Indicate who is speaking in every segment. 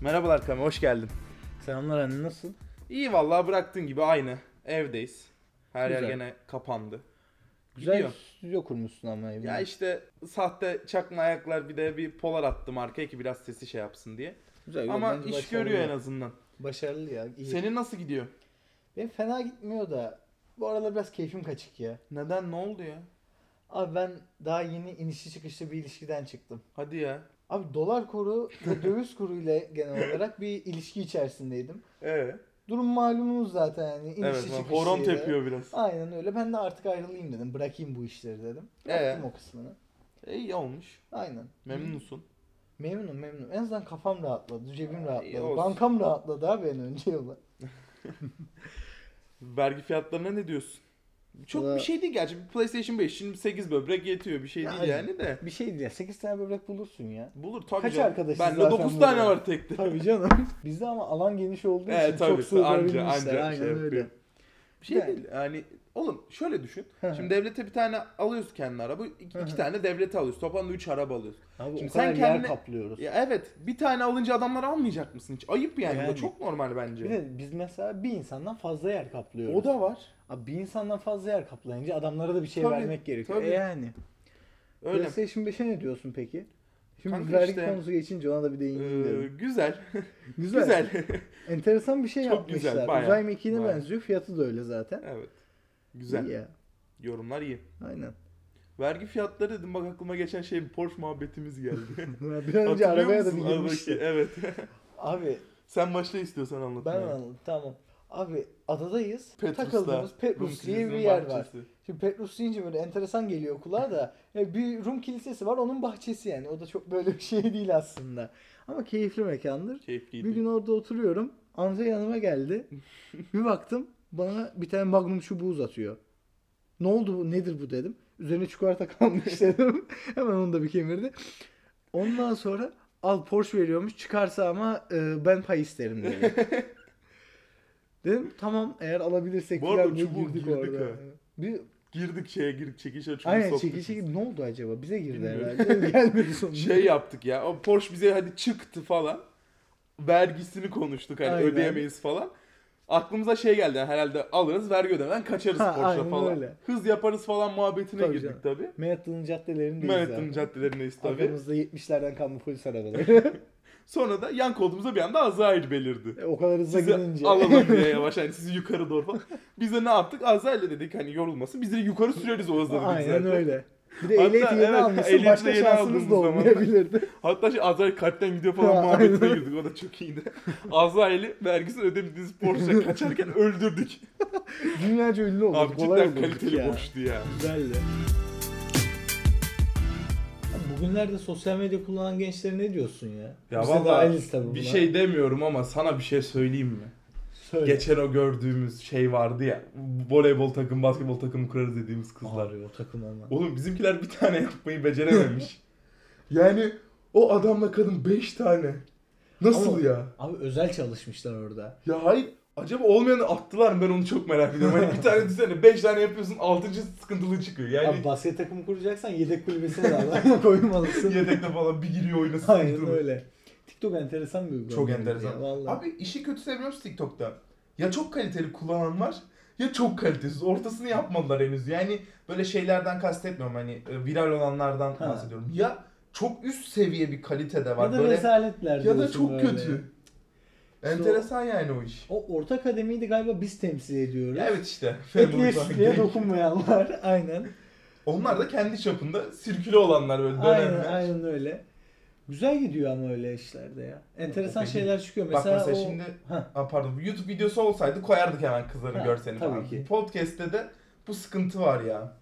Speaker 1: Merhabalar Kami, hoş geldin.
Speaker 2: Selamlar anne nasıl?
Speaker 1: İyi vallahi bıraktığın gibi aynı. Evdeyiz. Her yer
Speaker 2: Güzel.
Speaker 1: gene kapandı.
Speaker 2: Güzel
Speaker 1: Gidiyor.
Speaker 2: stüdyo kurmuşsun ama evine.
Speaker 1: Ya işte sahte çakma ayaklar bir de bir polar attım arkaya ki biraz sesi şey yapsın diye.
Speaker 2: Güzel,
Speaker 1: Ama
Speaker 2: bence
Speaker 1: iş
Speaker 2: başarılı.
Speaker 1: görüyor en azından.
Speaker 2: Başarılı ya. iyi.
Speaker 1: Senin nasıl gidiyor?
Speaker 2: Benim fena gitmiyor da bu aralar biraz keyfim kaçık ya.
Speaker 1: Neden ne oldu ya?
Speaker 2: Abi ben daha yeni inişli çıkışlı bir ilişkiden çıktım.
Speaker 1: Hadi ya.
Speaker 2: Abi dolar kuru ve döviz kuru ile genel olarak bir ilişki içerisindeydim.
Speaker 1: Evet.
Speaker 2: Durum malumunuz zaten yani inişli
Speaker 1: Ee, Evet,
Speaker 2: çıkışlıydı.
Speaker 1: horon tepiyor biraz.
Speaker 2: Aynen öyle. Ben de artık ayrılayım dedim. Bırakayım bu işleri dedim. Bıraktım
Speaker 1: Ee?
Speaker 2: o kısmını.
Speaker 1: İyi olmuş.
Speaker 2: Aynen.
Speaker 1: Memnunsun.
Speaker 2: Memnunum memnunum. En azından kafam rahatladı, cebim
Speaker 1: iyi
Speaker 2: rahatladı.
Speaker 1: olsun.
Speaker 2: Bankam rahatladı abi en önce yola.
Speaker 1: Vergi fiyatlarına ne diyorsun? Çok
Speaker 2: Valla-
Speaker 1: bir şey değil gerçi. Bir PlayStation 5 şimdi 8 böbrek yetiyor bir şey
Speaker 2: Ya
Speaker 1: değil
Speaker 2: hadi.
Speaker 1: yani de.
Speaker 2: Bir şey diye 8 tane böbrek bulursun ya.
Speaker 1: Bulur tabii
Speaker 2: Kaç
Speaker 1: canım.
Speaker 2: arkadaşız
Speaker 1: Bende
Speaker 2: zaten
Speaker 1: 9 tane
Speaker 2: burada?
Speaker 1: var tekte.
Speaker 2: Tabii canım. Bizde ama alan geniş olduğu
Speaker 1: Evet,
Speaker 2: için
Speaker 1: tabii.
Speaker 2: çok sığdırabilmişler.
Speaker 1: Anca- anca
Speaker 2: Aynen
Speaker 1: şey
Speaker 2: öyle.
Speaker 1: yapıyor. Bir şey
Speaker 2: Yani.
Speaker 1: değil yani oğlum şöyle düşün. Şimdi devlete bir tane alıyoruz kendi araba. iki, iki tane devlete alıyoruz. Toplamda 3 araba alıyoruz.
Speaker 2: Abi
Speaker 1: Şimdi
Speaker 2: o kadar
Speaker 1: sen
Speaker 2: yer
Speaker 1: kendine-
Speaker 2: kaplıyoruz.
Speaker 1: Ya evet bir tane alınca adamları almayacak mısın hiç? Ayıp yani, bu da
Speaker 2: Yani.
Speaker 1: çok normal bence.
Speaker 2: Bir de biz mesela bir insandan fazla yer kaplıyoruz.
Speaker 1: o da var.
Speaker 2: Abi bir insandan fazla yer kaplayınca adamlara da bir şey
Speaker 1: Tabii,
Speaker 2: vermek gerekiyor.
Speaker 1: tabii.
Speaker 2: E yani.
Speaker 1: Öyle.
Speaker 2: PlayStation 5'e ne diyorsun peki? Şimdi
Speaker 1: Kanka
Speaker 2: vergi
Speaker 1: işte-
Speaker 2: konusu geçince ona da bir değineyim
Speaker 1: Ee,
Speaker 2: dedim.
Speaker 1: güzel.
Speaker 2: Güzel.
Speaker 1: güzel.
Speaker 2: Enteresan bir şey
Speaker 1: Çok
Speaker 2: yapmışlar.
Speaker 1: güzel, bayağı,
Speaker 2: Uzay mekiğine
Speaker 1: bayağı.
Speaker 2: benziyor. Fiyatı da öyle zaten.
Speaker 1: evet. Güzel.
Speaker 2: İyi ya.
Speaker 1: Yorumlar iyi.
Speaker 2: Aynen.
Speaker 1: Vergi fiyatları dedim bak aklıma geçen şey bir Porsche muhabbetimiz geldi.
Speaker 2: Bir an önce
Speaker 1: Hatırlıyor
Speaker 2: arabaya da
Speaker 1: musun?
Speaker 2: bir
Speaker 1: Aradaki-
Speaker 2: girmişti.
Speaker 1: Evet.
Speaker 2: Abi
Speaker 1: Sen başla istiyorsan
Speaker 2: ben
Speaker 1: anlatmaya.
Speaker 2: anladım. Tamam. Abi adadayız.
Speaker 1: Petrus'ta,
Speaker 2: Takıldığımız Petrus
Speaker 1: Rum
Speaker 2: diye bir
Speaker 1: kilisinin
Speaker 2: yer var.
Speaker 1: bahçesi.
Speaker 2: Şimdi Petrus deyince böyle enteresan geliyor kulağa da. Ya bir Rum kilisesi var onun bahçesi yani. O da çok böyle bir şey değil aslında. Ama keyifli mekandır.
Speaker 1: Keyifliydi.
Speaker 2: Bir gün orada oturuyorum. Andre yanıma geldi. bir baktım bana bir tane magnum çubuğu uzatıyor. Ne oldu bu nedir bu dedim. Üzerine çikolata kalmış dedim. Hemen onu da bir kemirdi. Ondan sonra al Porsche veriyormuş çıkarsa ama e, ben pay isterim dedi. dedim tamam eğer alabilirsek.
Speaker 1: Bu arada
Speaker 2: falan diye
Speaker 1: çubuğu girdik ha.
Speaker 2: Bir,
Speaker 1: Girdik şeye girdik çekişe çok
Speaker 2: aynen
Speaker 1: soktuk.
Speaker 2: çeki çeki ne oldu acaba bize girdi
Speaker 1: Bilmiyorum.
Speaker 2: herhalde gelmedi sonunda.
Speaker 1: Şey yaptık ya. O Porsche bize hadi çıktı falan. Vergisini konuştuk hani
Speaker 2: Aynen.
Speaker 1: ödeyemeyiz falan. Aklımıza şey geldi yani herhalde alırız vergi ödemeden kaçarız
Speaker 2: Ha,
Speaker 1: Porsche
Speaker 2: aynen
Speaker 1: falan.
Speaker 2: öyle.
Speaker 1: Hız yaparız falan muhabbetine
Speaker 2: Tabii
Speaker 1: girdik
Speaker 2: canım.
Speaker 1: tabii.
Speaker 2: Manhattan'ın caddelerindeyiz
Speaker 1: Manhattan
Speaker 2: zaten.
Speaker 1: caddelerindeyiz tabii.
Speaker 2: Arkamızda 70'lerden kalma polis arabaları.
Speaker 1: Sonra da yan koltuğumuza bir anda Azrail belirdi.
Speaker 2: E, o kadar hızla
Speaker 1: Sizi
Speaker 2: gidince.
Speaker 1: alalım diye yavaş hani sizi yukarı doğru falan. Biz de ne yaptık? Azrail'le dedik hani yorulmasın. Biz de yukarı süreriz o hızla dedik
Speaker 2: Aynen
Speaker 1: zaten.
Speaker 2: öyle. Bir de
Speaker 1: Hatta
Speaker 2: ehliyeti yeni
Speaker 1: evet,
Speaker 2: almışsın
Speaker 1: ehliyeti
Speaker 2: başka
Speaker 1: yeni
Speaker 2: şansımız
Speaker 1: aldığımız
Speaker 2: da
Speaker 1: zaman.
Speaker 2: olmayabilirdi.
Speaker 1: Hatta şey Azrail kalpten gidiyor falan
Speaker 2: Ha,
Speaker 1: muhabbetine
Speaker 2: aynen.
Speaker 1: girdik. O da çok iyiydi. Azrail'i vergisini ödemediğiniz Porsche'a kaçarken öldürdük.
Speaker 2: Dünyaca ünlü olduk.
Speaker 1: Abi
Speaker 2: kolay
Speaker 1: cidden
Speaker 2: olduk
Speaker 1: kaliteli
Speaker 2: ya.
Speaker 1: boştu ya.
Speaker 2: Güzeldi. Bugünlerde sosyal medya kullanan gençlere ne diyorsun ya? Biz de dahiliz tabii
Speaker 1: bir
Speaker 2: buna.
Speaker 1: şey demiyorum ama sana bir şey söyleyeyim mi?
Speaker 2: Söyle.
Speaker 1: Geçen o gördüğümüz şey vardı ya. Voleybol takım, basketbol takımı kurarız dediğimiz kızlar.
Speaker 2: Ağrıyor takım ama.
Speaker 1: Oğlum bizimkiler bir tane yapmayı becerememiş. yani o adamla kadın 5 tane. Nasıl
Speaker 2: Ama-
Speaker 1: ya?
Speaker 2: Abi özel çalışmışlar orada.
Speaker 1: Ya hayır. Acaba olmayanı attılar mı? Ben onu çok merak ediyorum. Hani bir tane düzene 5 tane yapıyorsun 6. sıkıntılı çıkıyor. Yani
Speaker 2: Abi basket takımı kuracaksan yedek kulübesine de al- koymalısın.
Speaker 1: yedekte falan bir giriyor oyuna
Speaker 2: Aynen
Speaker 1: sıkıntılı.
Speaker 2: öyle. TikTok enteresan bir uygulama.
Speaker 1: Çok
Speaker 2: ya,
Speaker 1: enteresan.
Speaker 2: vallahi.
Speaker 1: Abi işi kötü sevmiyoruz TikTok'ta. Ya çok kaliteli kullanan var ya çok kalitesiz. Ortasını yapmadılar henüz. Yani böyle şeylerden kastetmiyorum hani e, viral olanlardan
Speaker 2: Ha.
Speaker 1: bahsediyorum. Ya çok üst seviye bir kalitede var
Speaker 2: ya da
Speaker 1: böyle
Speaker 2: rezaletler
Speaker 1: ya da
Speaker 2: diyorsun
Speaker 1: çok
Speaker 2: böyle.
Speaker 1: kötü.
Speaker 2: İşte
Speaker 1: Enteresan yani o iş.
Speaker 2: O orta kademeyi de galiba biz temsil ediyoruz.
Speaker 1: Ya evet işte.
Speaker 2: Etliye
Speaker 1: Family
Speaker 2: sütlüye
Speaker 1: Guy.
Speaker 2: dokunmayanlar. Aynen.
Speaker 1: Onlar da kendi çapında sirküle olanlar böyle
Speaker 2: Aynen,
Speaker 1: dönemler.
Speaker 2: aynen öyle. Güzel gidiyor ama öyle işlerde ya. Enteresan
Speaker 1: Peki.
Speaker 2: şeyler çıkıyor.
Speaker 1: Bak
Speaker 2: Mesela,
Speaker 1: mesela
Speaker 2: o...
Speaker 1: şimdi-
Speaker 2: Ha,
Speaker 1: Ha, pardon YouTube videosu olsaydı koyardık hemen kızların
Speaker 2: Ha,
Speaker 1: görselini
Speaker 2: tabii
Speaker 1: falan.
Speaker 2: ki.
Speaker 1: Podcast'te de bu sıkıntı var ya.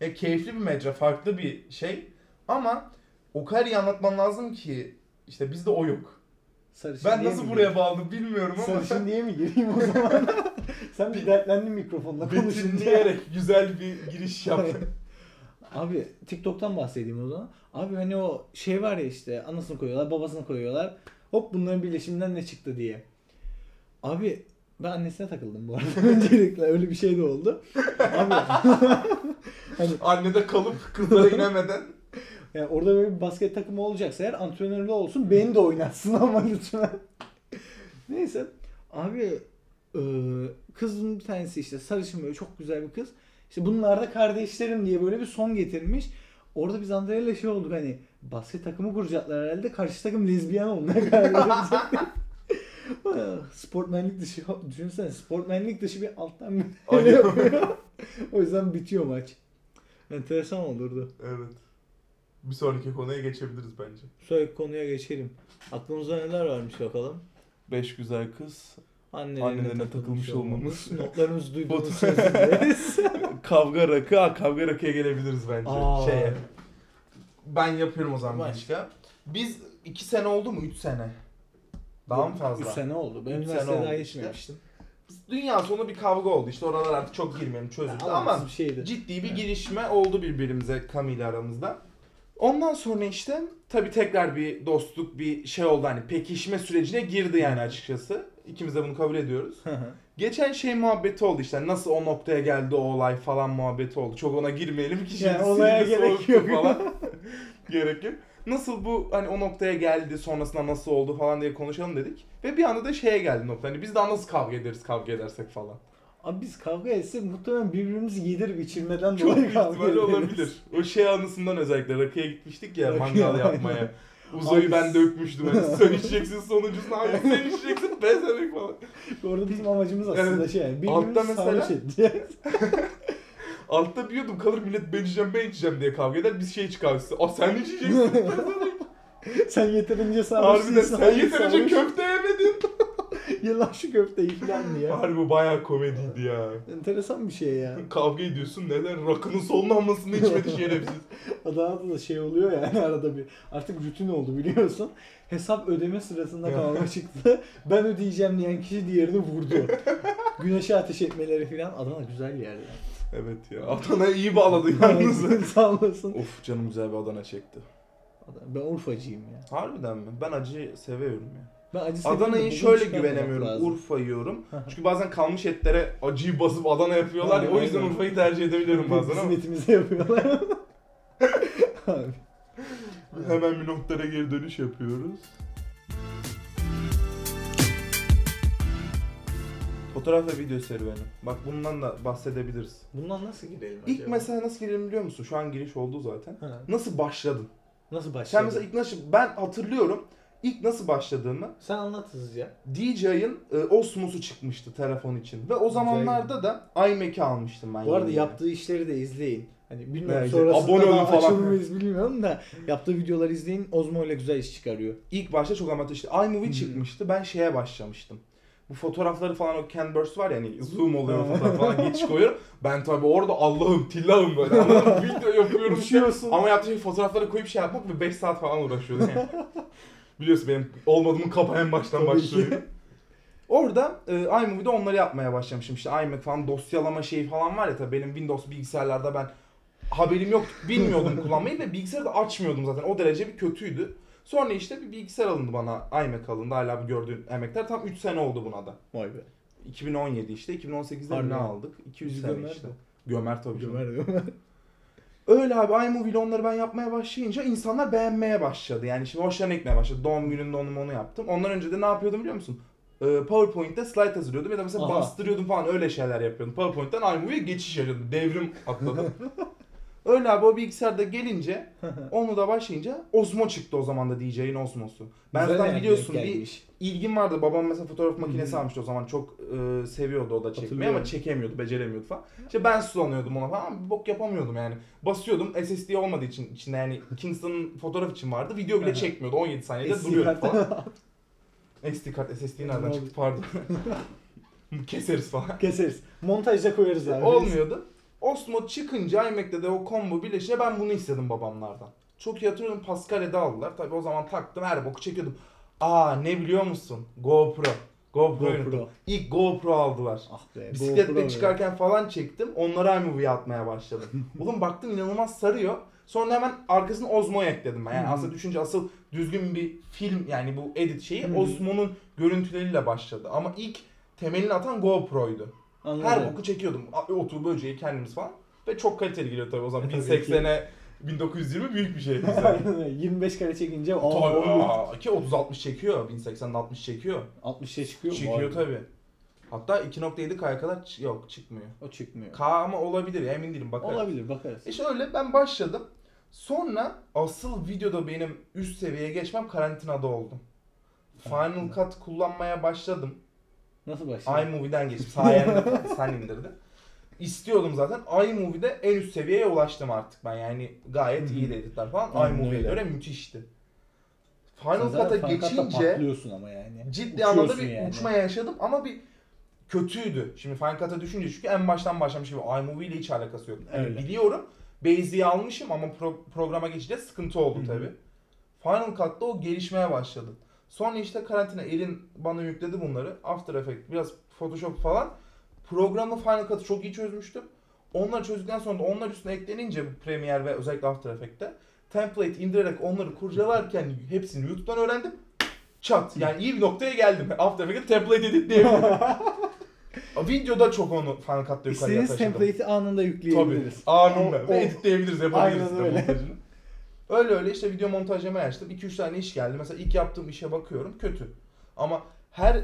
Speaker 1: E, keyifli bir mecra, farklı bir şey ama o kadar iyi anlatman lazım ki işte bizde o yok.
Speaker 2: sarışın
Speaker 1: Ben
Speaker 2: diye
Speaker 1: nasıl
Speaker 2: mi
Speaker 1: buraya bağladım bilmiyorum
Speaker 2: gireyim?
Speaker 1: ama
Speaker 2: Sarışın diye mi gireyim o zaman? Sen bir dertlendin mikrofonla konuşunca.
Speaker 1: betimleyerek güzel bir giriş yaptım.
Speaker 2: Abi TikTok'tan bahsedeyim o zaman. Abi hani o şey var ya işte anasını koyuyorlar babasını koyuyorlar. Hop bunların birleşiminden ne çıktı diye. Abi ben annesine takıldım bu arada. Öncelikle öyle bir şey de oldu. Abi
Speaker 1: Annede kalıp kızlara inemeden
Speaker 2: Yani orada böyle bir basket takımı olacaksa eğer antrenörlü olsun beni de oynatsın ama lütfen. Neyse. Abi e, kızın bir tanesi işte sarışın böyle çok güzel bir kız. İşte bunlar da kardeşlerim diye böyle bir son getirmiş. Orada biz Andrea'yla şey olduk hani basket takımı kuracaklar herhalde karşı takım lezbiyen olmaya karar verecekler. sportmenlik dışı düşünsene sportmenlik dışı bir alttan bir
Speaker 1: Aynen.
Speaker 2: yapıyor. o yüzden bitiyor maç. Enteresan olurdu.
Speaker 1: Evet. Bir sonraki konuya geçebiliriz bence.
Speaker 2: Sonraki konuya geçelim. Aklımızda neler varmış bakalım.
Speaker 1: Beş güzel kız.
Speaker 2: Annelerine,
Speaker 1: Annelerine takılmış olmamız.
Speaker 2: Notlarımızı
Speaker 1: Batu-
Speaker 2: duyduğumuz sözündeyiz.
Speaker 1: Kavga rakı. Aa, kavga rakıya gelebiliriz bence.
Speaker 2: Aa.
Speaker 1: Şeye. Ben yapıyorum o zaman
Speaker 2: Ben-
Speaker 1: başka. Biz iki sene oldu mu? Üç sene. Daha mı fazla?
Speaker 2: Üç sene oldu. Ben
Speaker 1: Üç
Speaker 2: üniversiteye
Speaker 1: sene
Speaker 2: daha
Speaker 1: oldu
Speaker 2: geçmemiştim.
Speaker 1: Dünya sonu bir kavga oldu. İşte oralar artık çok girmeyelim çözüldü ama
Speaker 2: Ama bir şeydi.
Speaker 1: ciddi bir girişme oldu birbirimize Kami ile aramızda. Ondan sonra işte tabi tekrar bir dostluk bir şey oldu hani pekişme sürecine girdi yani açıkçası. İkimiz de bunu kabul ediyoruz. Geçen şey muhabbeti oldu işte nasıl o noktaya geldi o olay falan muhabbeti oldu. Çok ona girmeyelim ki şimdi
Speaker 2: Yani olaya
Speaker 1: sinirli
Speaker 2: gerek
Speaker 1: soğuktu
Speaker 2: yok.
Speaker 1: falan. gerek yok. Nasıl bu hani o noktaya geldi sonrasında nasıl oldu falan diye konuşalım dedik. Ve bir anda da şeye geldi nokta hani biz daha nasıl kavga ederiz kavga edersek falan.
Speaker 2: Abi biz kavga etsek muhtemelen birbirimizi yedirip içirmeden
Speaker 1: Çok
Speaker 2: dolayı
Speaker 1: büyük
Speaker 2: kavga
Speaker 1: ihtimalle
Speaker 2: ederiz.
Speaker 1: olabilir. O şey anısından özellikle rakıya gitmiştik ya
Speaker 2: Rakıya,
Speaker 1: mangal
Speaker 2: aynen.
Speaker 1: yapmaya. Uzoyu
Speaker 2: Abi-
Speaker 1: ben dökmüştüm. Hani sen içeceksin sonuncusunu hayır sen içeceksin bezemek falan.
Speaker 2: Orada bizim amacımız aslında
Speaker 1: Evet.
Speaker 2: şey yani.
Speaker 1: Altta
Speaker 2: Birbirimizi
Speaker 1: mesela-
Speaker 2: sarhoş edeceğiz.
Speaker 1: Altta bir yudum kalır millet ben içeceğim ben içeceğim diye kavga eder. Biz şey çıkarız. Aa sen içeceksin bezemek.
Speaker 2: sen yeterince sarhoş
Speaker 1: Harbiden
Speaker 2: değilsin.
Speaker 1: sen
Speaker 2: hayır
Speaker 1: yeterince
Speaker 2: sarhoş.
Speaker 1: köfte yemedin.
Speaker 2: Ya lan şu köfteyi falan diye.
Speaker 1: Harbi bu bayağı komediydi ya.
Speaker 2: Enteresan bir şey ya.
Speaker 1: Kavga ediyorsun neden? Rakının son damlasını içmedi şerefsiz.
Speaker 2: Adana'da da şey oluyor yani arada bir. Artık rutin oldu biliyorsun. Hesap ödeme sırasında
Speaker 1: Ya.
Speaker 2: kavga çıktı. Ben ödeyeceğim diyen kişi diğerini vurdu. Güneşe ateş etmeleri falan. Adana güzel yer ya.
Speaker 1: Evet ya. Adana iyi bağladı yalnız.
Speaker 2: Sağ olasın.
Speaker 1: of canım güzel bir Adana çekti.
Speaker 2: Adana- Ben Urfacıyım ya.
Speaker 1: Harbiden mi? Ben acıyı seviyorum ya.
Speaker 2: Ben acı seviyorum da
Speaker 1: Adana'yı
Speaker 2: bugün
Speaker 1: şöyle
Speaker 2: çıkarmamak
Speaker 1: güvenemiyorum.
Speaker 2: lazım.
Speaker 1: Urfa yiyorum. Çünkü bazen kalmış etlere acıyı basıp Adana yapıyorlar ya. O yüzden
Speaker 2: Aynen.
Speaker 1: Urfa'yı tercih edebiliyorum bazen ama
Speaker 2: Hizmetimize yapıyorlar. Abi.
Speaker 1: hemen bir noktaya geri dönüş yapıyoruz. Fotoğraf ve video serüveni. Bak bundan da bahsedebiliriz.
Speaker 2: Bundan nasıl girelim acaba?
Speaker 1: İlk mesela nasıl girelim biliyor musun? Şu an giriş oldu zaten.
Speaker 2: Ha,
Speaker 1: Nasıl başladın?
Speaker 2: Nasıl
Speaker 1: Sen
Speaker 2: başlayalım?
Speaker 1: mesela
Speaker 2: Sen,
Speaker 1: ilk nasıl ben hatırlıyorum. İlk nasıl başladığımı
Speaker 2: anlat hızlıca.
Speaker 1: DJ'in e, Osmos'u çıkmıştı telefon için. Ve o zamanlarda da iMac'i almıştım ben.
Speaker 2: Bu arada
Speaker 1: yeni.
Speaker 2: yaptığı işleri de izleyin. Hani bilmiyorum
Speaker 1: Evet,
Speaker 2: sonrasında
Speaker 1: abone olun
Speaker 2: daha
Speaker 1: falan.
Speaker 2: açılır mıyız bilmiyorum da yaptığı videoları izleyin. Ozmo ile güzel iş çıkarıyor.
Speaker 1: İlk başta çok amatör işte iMovie
Speaker 2: Hmm.
Speaker 1: çıkmıştı. Ben şeye başlamıştım. Bu fotoğrafları falan o Ken Burst var ya hani zoom oluyor fotoğraf falan geçiş koyuyor. Ben tabii orada Allah'ım tillahım böyle anladın mı? video yapıyorum işte.
Speaker 2: Uçuyorsun.
Speaker 1: Ama yaptığım şey fotoğrafları koyup şey yapmak ve 5 saat falan uğraşıyordum yani. Biliyorsun benim olmadığımın kapı en baştan
Speaker 2: Tabii ki.
Speaker 1: başlıyor. Orada e, iMovie'de onları yapmaya başlamışım. İşte iMac falan dosyalama şeyi falan var ya tabii benim Windows bilgisayarlarda ben haberim yoktu. Bilmiyordum kullanmayı ve bilgisayarı da açmıyordum zaten. O derece bir kötüydü. Sonra işte bir bilgisayar alındı bana. iMac alındı. Hala bu gördüğün emekler. Tam 3 sene oldu buna da.
Speaker 2: Vay be.
Speaker 1: 2017 işte. 2018'de
Speaker 2: Harbi
Speaker 1: mi ne
Speaker 2: mi?
Speaker 1: aldık? 200
Speaker 2: Biz
Speaker 1: sene
Speaker 2: Gömer
Speaker 1: işte.
Speaker 2: mi?
Speaker 1: Gömer tabii. canım.
Speaker 2: Gömer Gömer.
Speaker 1: Öyle abi iMovie ile onları ben yapmaya başlayınca insanlar beğenmeye başladı. Yani şimdi hoşlarına gitmeye başladı. Doğum gününde onu onu yaptım. Ondan önce de ne yapıyordum biliyor musun? Ee, PowerPoint'te slide hazırlıyordum ya da mesela
Speaker 2: Aha.
Speaker 1: bastırıyordum falan öyle şeyler yapıyordum. PowerPoint'ten iMovie'ye geçiş yapıyordum. Devrim atladım. öyle abi o bilgisayarda gelince onu da başlayınca Osmo çıktı o zaman da DJ'in Osmo'su. Ben
Speaker 2: Güzel
Speaker 1: zaten
Speaker 2: yani
Speaker 1: biliyorsun
Speaker 2: denk
Speaker 1: bir
Speaker 2: gelmiş.
Speaker 1: ilgim vardı. Babam mesela fotoğraf makinesi
Speaker 2: Hı hı.
Speaker 1: almıştı o zaman. Çok e, seviyordu o da çekmeyi
Speaker 2: Hatırlıyorum.
Speaker 1: ama çekemiyordu, beceremiyordu falan. İşte ben sulanıyordum ona falan ama bir bok yapamıyordum yani. Basıyordum SSD olmadığı için içinde yani Kingston'ın fotoğraf için vardı. Video
Speaker 2: Hı
Speaker 1: bile
Speaker 2: hı.
Speaker 1: çekmiyordu. 17 saniyede
Speaker 2: SD
Speaker 1: duruyordu
Speaker 2: kartı-
Speaker 1: falan. SD kart SSD nereden
Speaker 2: Ne
Speaker 1: çıktı pardon. Keseriz falan.
Speaker 2: Keseriz. Montajda koyarız abi.
Speaker 1: Olmuyordu. Osmo çıkınca iMac'te de o combo birleşince ben bunu istedim babamlardan. Çok iyi hatırlıyorum Pascal'e de aldılar. Tabii o zaman taktım her boku çekiyordum. Aa ne biliyor musun? GoPro. GoPro. GoPro.
Speaker 2: GoPro.
Speaker 1: İlk GoPro aldılar.
Speaker 2: Ah be. GoPro
Speaker 1: Bisikletle
Speaker 2: be.
Speaker 1: çıkarken falan çektim. Onlara iMovie'ye atmaya başladım. Oğlum baktım inanılmaz sarıyor. Sonra hemen arkasını Osmo'ya ekledim. ben. Yani
Speaker 2: Hı hı.
Speaker 1: aslında düşünce asıl düzgün bir film yani bu edit şeyi
Speaker 2: Hı hı.
Speaker 1: Osmo'nun görüntüleriyle başladı. Ama ilk temelini atan GoPro'ydu.
Speaker 2: Anladım.
Speaker 1: Her boku çekiyordum. A- Otu, böceği kendimiz falan. Ve çok kaliteli geliyor tabii o zaman.
Speaker 2: E, tabii
Speaker 1: 1080'e 1920 büyük bir şey. bize.
Speaker 2: Aynen öyle. 25 kare çekince
Speaker 1: Tabii.
Speaker 2: o
Speaker 1: aa, Ki 30-60 çekiyor. 1080-60 çekiyor.
Speaker 2: 60'a çıkıyor mu?
Speaker 1: Çekiyor
Speaker 2: Abi.
Speaker 1: tabii. Hatta 2.7 K'ya kadar ç- yok çıkmıyor.
Speaker 2: O çıkmıyor.
Speaker 1: K ama olabilir emin değilim bakarız.
Speaker 2: Olabilir bakarız.
Speaker 1: E şöyle ben başladım. Sonra asıl videoda benim üst seviyeye geçmem karantinada oldu. Final Cut kullanmaya başladım.
Speaker 2: Nasıl başlıyor?
Speaker 1: iMovie'den geçtim. Sayende sen indirdin. İstiyordum zaten. iMovie'de en üst seviyeye ulaştım artık ben. Yani gayet
Speaker 2: Hı hı.
Speaker 1: iyi editler falan.
Speaker 2: Aynen
Speaker 1: iMovie'ye
Speaker 2: öyle.
Speaker 1: göre müthişti.
Speaker 2: Sen
Speaker 1: Final
Speaker 2: zaten
Speaker 1: Cut'a
Speaker 2: Final Cut'ta
Speaker 1: geçince
Speaker 2: patlıyorsun ama yani.
Speaker 1: ciddi anlamda
Speaker 2: Uçuyorsun
Speaker 1: bir
Speaker 2: yani.
Speaker 1: uçma yaşadım ama bir kötüydü. Şimdi Final Cut'a düşünce çünkü en baştan başlamış gibi iMovie ile hiç alakası yok. Hani
Speaker 2: Öyle.
Speaker 1: biliyorum Basic'i almışım ama pro- programa geçince sıkıntı
Speaker 2: Hı
Speaker 1: oldu
Speaker 2: hı.
Speaker 1: tabi. Final Cut'ta o gelişmeye başladı. Sonra işte karantina Elin bana yükledi bunları. After Effects, biraz Photoshop falan. Programla Final Cut'ı çok iyi çözmüştüm. Onları çözdükten sonra da onlar üstüne eklenince bu Premiere ve özellikle After Effects'te template indirerek onları kurcalarken hepsini YouTube'dan öğrendim. Çat. Yani iyi bir noktaya geldim. After Effects'te template edit diyebilirim. Videoda çok onu Final Cut'ta yukarıya
Speaker 2: İstediğiniz
Speaker 1: taşıdım.
Speaker 2: template'i anında
Speaker 1: Tabii.
Speaker 2: yükleyebiliriz.
Speaker 1: Anında.
Speaker 2: O- o-
Speaker 1: Ve editleyebiliriz, yapabiliriz
Speaker 2: Aynen
Speaker 1: de
Speaker 2: öyle.
Speaker 1: montajını. Öyle öyle işte video montajlama açtım. 2-3 tane iş geldi. Mesela ilk yaptığım işe bakıyorum kötü. Ama her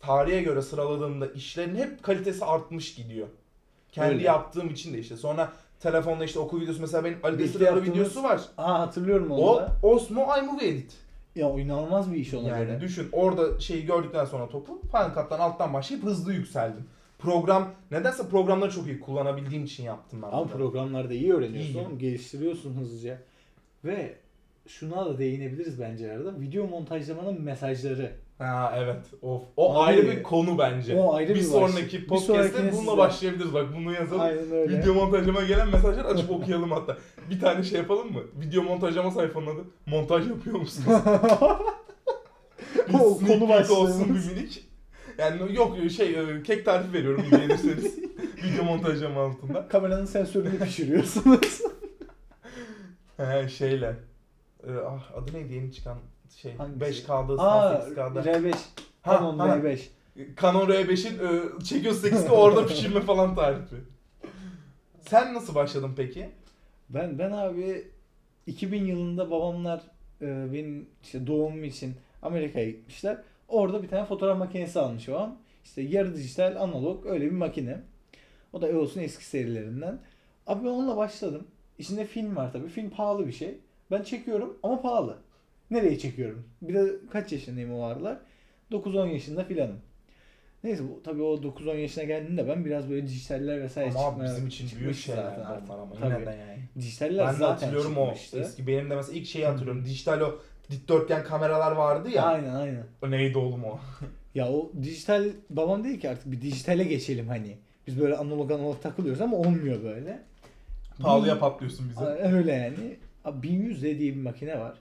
Speaker 1: tarihe göre sıraladığımda işlerin hep kalitesi artmış gidiyor. Kendi
Speaker 2: Öyle.
Speaker 1: yaptığım için de işte. Sonra telefonda işte okul videosu mesela benim Ali
Speaker 2: Birlikte
Speaker 1: Destırar'ın
Speaker 2: yaptığımız-
Speaker 1: videosu var.
Speaker 2: Aa hatırlıyorum onu
Speaker 1: O
Speaker 2: da.
Speaker 1: Osmo iMovie Edit.
Speaker 2: Ya o inanılmaz bir iş ona
Speaker 1: Yani
Speaker 2: göre.
Speaker 1: düşün orada şeyi gördükten sonra topu Final Cut'tan alttan başlayıp hızlı yükseldim. Program nedense programları çok iyi kullanabildiğim için yaptım ben.
Speaker 2: Ama
Speaker 1: bunu.
Speaker 2: programlarda iyi öğreniyorsun
Speaker 1: İyi.
Speaker 2: oğlum. Geliştiriyorsun hızlıca. Ve şuna da değinebiliriz bence arada. Video montajlamanın mesajları.
Speaker 1: Ha evet. Of. O
Speaker 2: Abi,
Speaker 1: ayrı bir konu bence.
Speaker 2: o ayrı
Speaker 1: bir,
Speaker 2: bir başlık.
Speaker 1: sonraki
Speaker 2: Bir
Speaker 1: podcast'te
Speaker 2: sonrakine
Speaker 1: bununla
Speaker 2: size-
Speaker 1: başlayabiliriz. Bak bunu yazalım.
Speaker 2: Aynen öyle.
Speaker 1: Video montajlama gelen mesajları açıp okuyalım hatta. Bir tane şey yapalım mı? Video montajlama sayfanın adı. Montaj yapıyor musunuz? Bir
Speaker 2: O
Speaker 1: sneak
Speaker 2: konu
Speaker 1: peek
Speaker 2: başlığımız.
Speaker 1: olsun bir minik. Yani yok şey e, kek tarifi veriyorum beğenirseniz. video montajlama altında.
Speaker 2: Kameranın sensörünü pişiriyorsunuz.
Speaker 1: He şeyle. E, ah, adı neydi yeni çıkan şey.
Speaker 2: Hangisi?
Speaker 1: 5K'da,
Speaker 2: Aa
Speaker 1: 8K'da.
Speaker 2: R5.
Speaker 1: Ha,
Speaker 2: Canon
Speaker 1: ha.
Speaker 2: R5.
Speaker 1: Canon R5'in e, çekiyor 8'de orada pişirme falan tarifi. Sen nasıl başladın peki?
Speaker 2: Ben ben abi 2000 yılında babamlar e, benim işte doğumum için Amerika'ya gitmişler. Orada bir tane fotoğraf makinesi almış babam. İşte yarı dijital analog öyle bir makine. O da EOS'un eski serilerinden. Abi ben onunla başladım. İçinde film var tabii. Film pahalı bir şey. Ben çekiyorum ama pahalı. Nereye çekiyorum? Bir de kaç yaşındayım o aralar? 9-10 yaşında filanım. Neyse bu, tabii o 9-10 yaşına geldiğimde ben biraz böyle dijitaller vesaire
Speaker 1: Ama abi
Speaker 2: çıkmaya-
Speaker 1: bizim için büyük
Speaker 2: çıkmış
Speaker 1: şeyler
Speaker 2: zaten
Speaker 1: bunlar
Speaker 2: artık.
Speaker 1: ama
Speaker 2: Tabii.
Speaker 1: yine de yani.
Speaker 2: Dijitaller
Speaker 1: Ben de
Speaker 2: zaten
Speaker 1: hatırlıyorum o
Speaker 2: çıkmıştı.
Speaker 1: eski benim de mesela ilk şeyi hatırlıyorum. Dijital o dikdörtgen kameralar vardı ya.
Speaker 2: Aynen aynen.
Speaker 1: O neydi oğlum o?
Speaker 2: Ya o dijital babam dedi ki artık bir dijitale geçelim hani. Biz böyle analog analog takılıyoruz ama olmuyor böyle.
Speaker 1: Pahalıya patlıyorsun bize.
Speaker 2: Aa, Öyle yani. Abi 1100D diye bir makine var.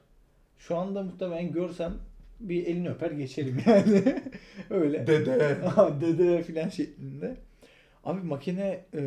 Speaker 2: Şu anda muhtemelen görsem bir elini öper geçerim yani. Öyle.
Speaker 1: Dede.
Speaker 2: Aa, Dede filan şeklinde. Abi makine e,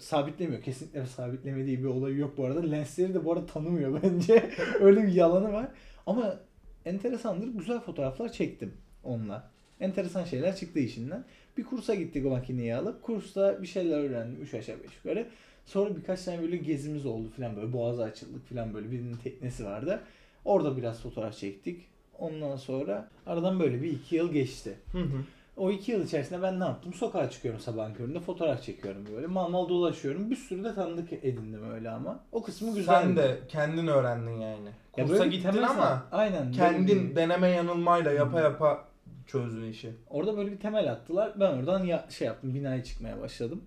Speaker 2: sabitlemiyor. Kesinlikle sabitleme diye bir olayı yok bu arada. Lensleri de bu arada tanımıyor bence. Öyle bir yalanı var. Ama enteresandır. Güzel fotoğraflar çektim onunla. Enteresan şeyler çıktı işinden. Bir kursa gittik o makineyi alıp. Kursta bir şeyler öğrendim. Üç aşağı beş yukarı. Sonra birkaç tane böyle gezimiz oldu filan böyle. Boğaz'a açıldık filan böyle. Birinin teknesi vardı. Orada biraz fotoğraf çektik. Ondan sonra aradan böyle bir iki yıl geçti.
Speaker 1: Hı hı.
Speaker 2: O iki yıl içerisinde ben ne yaptım? Sokağa çıkıyorum sabahın köründe fotoğraf çekiyorum böyle. Mal mal dolaşıyorum. Bir sürü de tanıdık edindim öyle ama. O kısmı güzel.
Speaker 1: Sen de kendin öğrendin yani.
Speaker 2: Ya
Speaker 1: Kursa
Speaker 2: böyle bir
Speaker 1: gittin
Speaker 2: temel-
Speaker 1: ama
Speaker 2: aynen, böyle
Speaker 1: kendin
Speaker 2: bir-
Speaker 1: deneme yanılmayla yapa yapa çözdün işi.
Speaker 2: orada böyle bir temel attılar. Ben oradan ya, şey yaptım binaya çıkmaya başladım.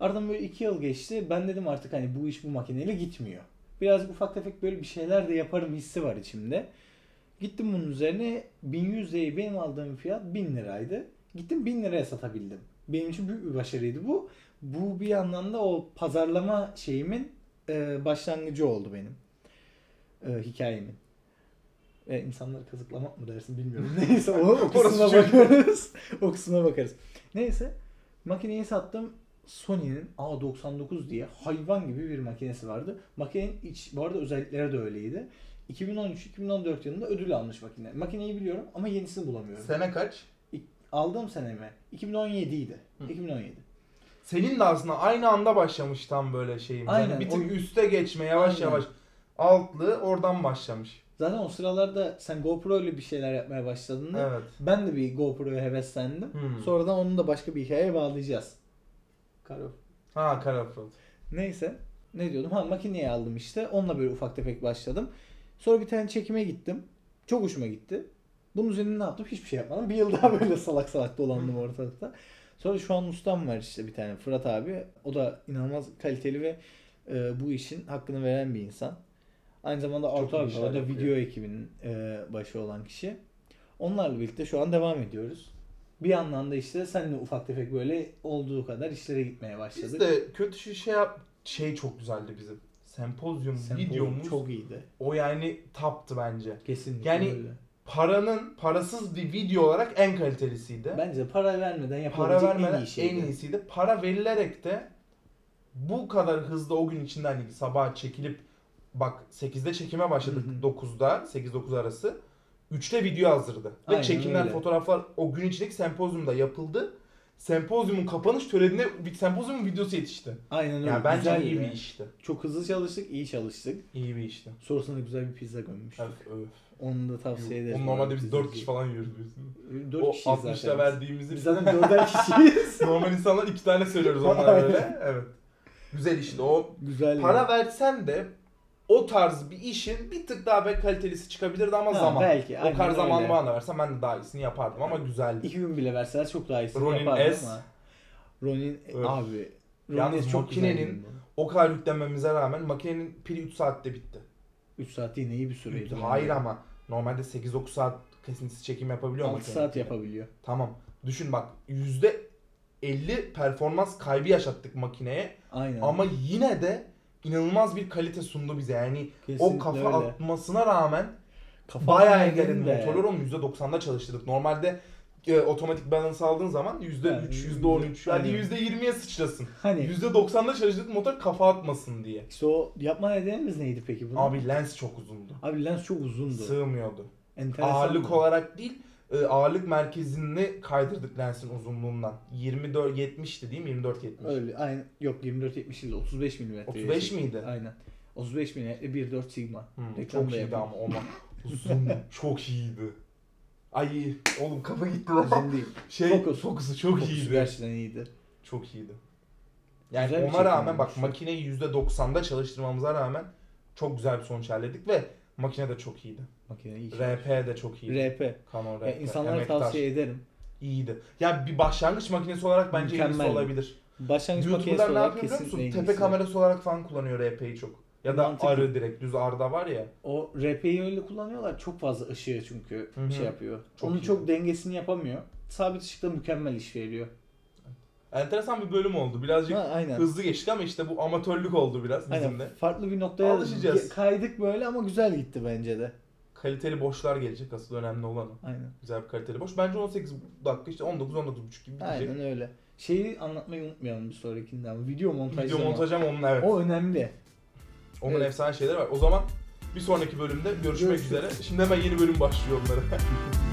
Speaker 2: Aradan böyle iki yıl geçti. Ben dedim artık hani bu iş bu makineyle gitmiyor. Biraz ufak tefek böyle bir şeyler de yaparım hissi var içimde. Gittim bunun üzerine 1100 lirayı benim aldığım fiyat 1000 liraydı. Gittim 1000 liraya satabildim. Benim için büyük bir başarıydı bu. Bu bir yandan da o pazarlama şeyimin e, başlangıcı oldu benim. E, hikayemin. E, insanları kazıklamak mı dersin bilmiyorum. Neyse o, o kısmına
Speaker 1: Orası çünkü-
Speaker 2: bakarız. o kısmına bakarız. Neyse makineyi sattım. Sony'nin A99 diye hayvan gibi bir makinesi vardı. Makinenin iç, bu arada özellikleri de öyleydi. 2013-2014 yılında ödül almış makine. Makineyi biliyorum ama yenisini bulamıyorum.
Speaker 1: Sene kaç?
Speaker 2: Aldığım sene mi? 2017 idi.
Speaker 1: Hı.
Speaker 2: 2017.
Speaker 1: Senin de aslında aynı anda başlamış tam böyle şeyim.
Speaker 2: Aynen,
Speaker 1: Yani bir
Speaker 2: o-
Speaker 1: tık üste geçme yavaş
Speaker 2: Aynen.
Speaker 1: yavaş. altlı oradan başlamış.
Speaker 2: Zaten o sıralarda sen GoPro ile bir şeyler yapmaya başladığında
Speaker 1: Evet.
Speaker 2: ben de bir GoPro'ya heveslendim.
Speaker 1: Hmm.
Speaker 2: Sonradan onu da başka bir hikayeye bağlayacağız. Karo.
Speaker 1: Ha Karafrot.
Speaker 2: Neyse. Ne diyordum? Ha makineye aldım işte. Onunla böyle ufak tefek başladım. Sonra bir tane çekime gittim. Çok hoşuma gitti. Bunun üzerine ne yaptım? Hiçbir şey yapmadım. Bir yıl daha böyle salak salak dolandım ortalıkta. Sonra şu an ustam var işte bir tane Fırat abi. O da inanılmaz kaliteli ve e, bu işin hakkını veren bir insan. Aynı zamanda
Speaker 1: Çok
Speaker 2: Artu
Speaker 1: iyi
Speaker 2: abi
Speaker 1: işler
Speaker 2: o da
Speaker 1: yapıyor.
Speaker 2: video ekibinin e, başı olan kişi. Onlarla birlikte şu an devam ediyoruz. Bir yandan da işte seninle ufak tefek böyle olduğu kadar işlere gitmeye
Speaker 1: Biz
Speaker 2: başladık.
Speaker 1: de kötü şey şey yap şey çok güzeldi bizim. Sempozyum,
Speaker 2: Sempol
Speaker 1: videomuz
Speaker 2: çok iyiydi.
Speaker 1: o yani taptı bence.
Speaker 2: Kesinlikle
Speaker 1: Yani-
Speaker 2: öyle.
Speaker 1: Paranın parasız bir video olarak en kalitelisiydi.
Speaker 2: Bence para vermeden
Speaker 1: para
Speaker 2: yapabilecek
Speaker 1: vermeden
Speaker 2: en iyi şey. şeydi.
Speaker 1: iyisiydi. Para verilerek de bu kadar hızlı o gün içinde hani sabah çekilip bak 8'de çekime başladık
Speaker 2: Hı hı.
Speaker 1: 9'da 8-9 arası 3'te video hazırdı.
Speaker 2: Aynen
Speaker 1: Ve çekimler,
Speaker 2: öyle.
Speaker 1: fotoğraflar o gün içindeki sempozyumda yapıldı. Sempozyumun kapanış törenine bir- sempozyumun videosu yetişti.
Speaker 2: Aynen öyle.
Speaker 1: Yani bence
Speaker 2: Güzeldi
Speaker 1: iyi bir
Speaker 2: yani.
Speaker 1: işti.
Speaker 2: Çok hızlı çalıştık, iyi çalıştık.
Speaker 1: İyi bir işti.
Speaker 2: Sonrasında güzel bir pizza gömmüştük.
Speaker 1: Öf öf.
Speaker 2: Onu da tavsiye ederim.
Speaker 1: Oğlum normalde biz 4 kişi falan yiyoruz biliyorsun.
Speaker 2: 4
Speaker 1: O
Speaker 2: kişiyiz
Speaker 1: 60'ta
Speaker 2: zaten.
Speaker 1: verdiğimizi
Speaker 2: Biz zaten 4'er kişiyiz.
Speaker 1: normal insanlar 2 tane söylüyoruz onlara böyle. Evet. Güzel işti. O
Speaker 2: Güzel.
Speaker 1: Para versen de o tarz bir işin bir tık daha belki kalitelisi çıkabilirdi ama
Speaker 2: Ha,
Speaker 1: zaman.
Speaker 2: belki,
Speaker 1: o
Speaker 2: aynen
Speaker 1: kadar zamanı
Speaker 2: öyle.
Speaker 1: bana da versen ben de daha iyisini yapardım ama güzeldi.
Speaker 2: 2 gün bile verseler çok daha iyisini
Speaker 1: Ronin
Speaker 2: yapardı
Speaker 1: S.
Speaker 2: ama. Ronin
Speaker 1: Öf.
Speaker 2: abi. Ronin
Speaker 1: Yalnız
Speaker 2: S çok güzel
Speaker 1: makinenin-
Speaker 2: bir
Speaker 1: O kadar yüklenmemize rağmen makinenin pili 3 saatte bitti.
Speaker 2: 3 saat yine iyi bir süreydi.
Speaker 1: Hayır ama normalde 8-9 saat kesintisiz çekim yapabiliyor
Speaker 2: 6
Speaker 1: makine.
Speaker 2: saat yapabiliyor.
Speaker 1: Tamam. Düşün bak %50 performans kaybı yaşattık makineye
Speaker 2: Aynen.
Speaker 1: ama yine de inanılmaz bir kalite sundu bize. Yani
Speaker 2: Kesinlikle
Speaker 1: o kafa
Speaker 2: öyle.
Speaker 1: atmasına rağmen
Speaker 2: Kafa
Speaker 1: Bayağı
Speaker 2: dinledim
Speaker 1: engelledim.
Speaker 2: de.
Speaker 1: Motorları onu %90'da çalıştırdık. Normalde e, otomatik balance aldığın zaman %3,
Speaker 2: Yani,
Speaker 1: %13, hadi
Speaker 2: aynen.
Speaker 1: %20'ye sıçrasın.
Speaker 2: Hani
Speaker 1: %90'da çalıştırdık motor kafa atmasın diye.
Speaker 2: işte o yapma nedenimiz neydi peki bunun?
Speaker 1: Abi lens çok uzundu.
Speaker 2: Abi lens çok uzundu.
Speaker 1: Sığmıyordu.
Speaker 2: Enteresan.
Speaker 1: Ağırlık
Speaker 2: bu.
Speaker 1: olarak değil, e, ağırlık merkezini kaydırdık lensin uzunluğundan. 24 70'ti değil mi? 24 70.
Speaker 2: Öyle. Aynen. Yok 24-70 değil 35 mm.
Speaker 1: 35 miydi?
Speaker 2: Aynen. 35 mm 1.4 Sigma.
Speaker 1: Hmm,
Speaker 2: Reklam
Speaker 1: çok
Speaker 2: da
Speaker 1: iyiydi
Speaker 2: yapayım.
Speaker 1: ama ona. Uzun çok iyiydi. Ay oğlum kafa gitti lan.
Speaker 2: Uzun değil.
Speaker 1: Şey
Speaker 2: Focus.
Speaker 1: fokusu çok
Speaker 2: Fokusu
Speaker 1: iyiydi.
Speaker 2: gerçekten iyiydi.
Speaker 1: Çok iyiydi. Yani
Speaker 2: Güzel bir şey
Speaker 1: ona
Speaker 2: çekim
Speaker 1: rağmen bak
Speaker 2: olmuştu.
Speaker 1: makineyi %90'da çalıştırmamıza rağmen çok güzel bir sonuç elde ettik ve makine de çok iyiydi.
Speaker 2: Makine iyi.
Speaker 1: RP de çok iyiydi.
Speaker 2: RP.
Speaker 1: Canon RP.
Speaker 2: Ya insanlara
Speaker 1: emektar.
Speaker 2: tavsiye ederim.
Speaker 1: iyiydi. Yani bir başlangıç makinesi olarak bence iyisi
Speaker 2: Mükemmel.
Speaker 1: olabilir.
Speaker 2: Başlangıç makinesi
Speaker 1: YouTuber'lar ne
Speaker 2: olarak
Speaker 1: yapıyor biliyor
Speaker 2: kesinlikle
Speaker 1: musun?
Speaker 2: en
Speaker 1: Tepe
Speaker 2: iyisi.
Speaker 1: kamerası olarak falan kullanıyor RP'yi çok. Ya da
Speaker 2: Mantıklı.
Speaker 1: arı direkt düz arda var ya.
Speaker 2: O RP'yi öyle kullanıyorlar. Çok fazla ışığı çünkü
Speaker 1: Hı hı.
Speaker 2: şey yapıyor.
Speaker 1: Çok
Speaker 2: Onun
Speaker 1: iyi.
Speaker 2: çok dengesini yapamıyor. Sabit ışıkta mükemmel iş veriyor.
Speaker 1: Enteresan bir bölüm oldu. Birazcık
Speaker 2: Ha, aynen.
Speaker 1: hızlı geçtik ama işte bu amatörlük oldu biraz bizim
Speaker 2: Aynen.
Speaker 1: de.
Speaker 2: Farklı bir noktaya
Speaker 1: Alışacağız.
Speaker 2: kaydık böyle ama güzel gitti bence de.
Speaker 1: Kaliteli boşlar gelecek asıl önemli olan o.
Speaker 2: Aynen.
Speaker 1: Güzel bir kaliteli boş. Bence 18 dakika işte 19-19.5 gibi şey. bitecek.
Speaker 2: Aynen öyle. Şeyi anlatmayı unutmayalım bir sonrakinde ama video montajı.
Speaker 1: Video montajı ama onun evet.
Speaker 2: O önemli.
Speaker 1: Onun
Speaker 2: Evet.
Speaker 1: efsane şeyleri var. O zaman bir sonraki bölümde görüşmek
Speaker 2: Görüşürüz.
Speaker 1: üzere. Şimdi hemen yeni bölüm başlıyor onlara.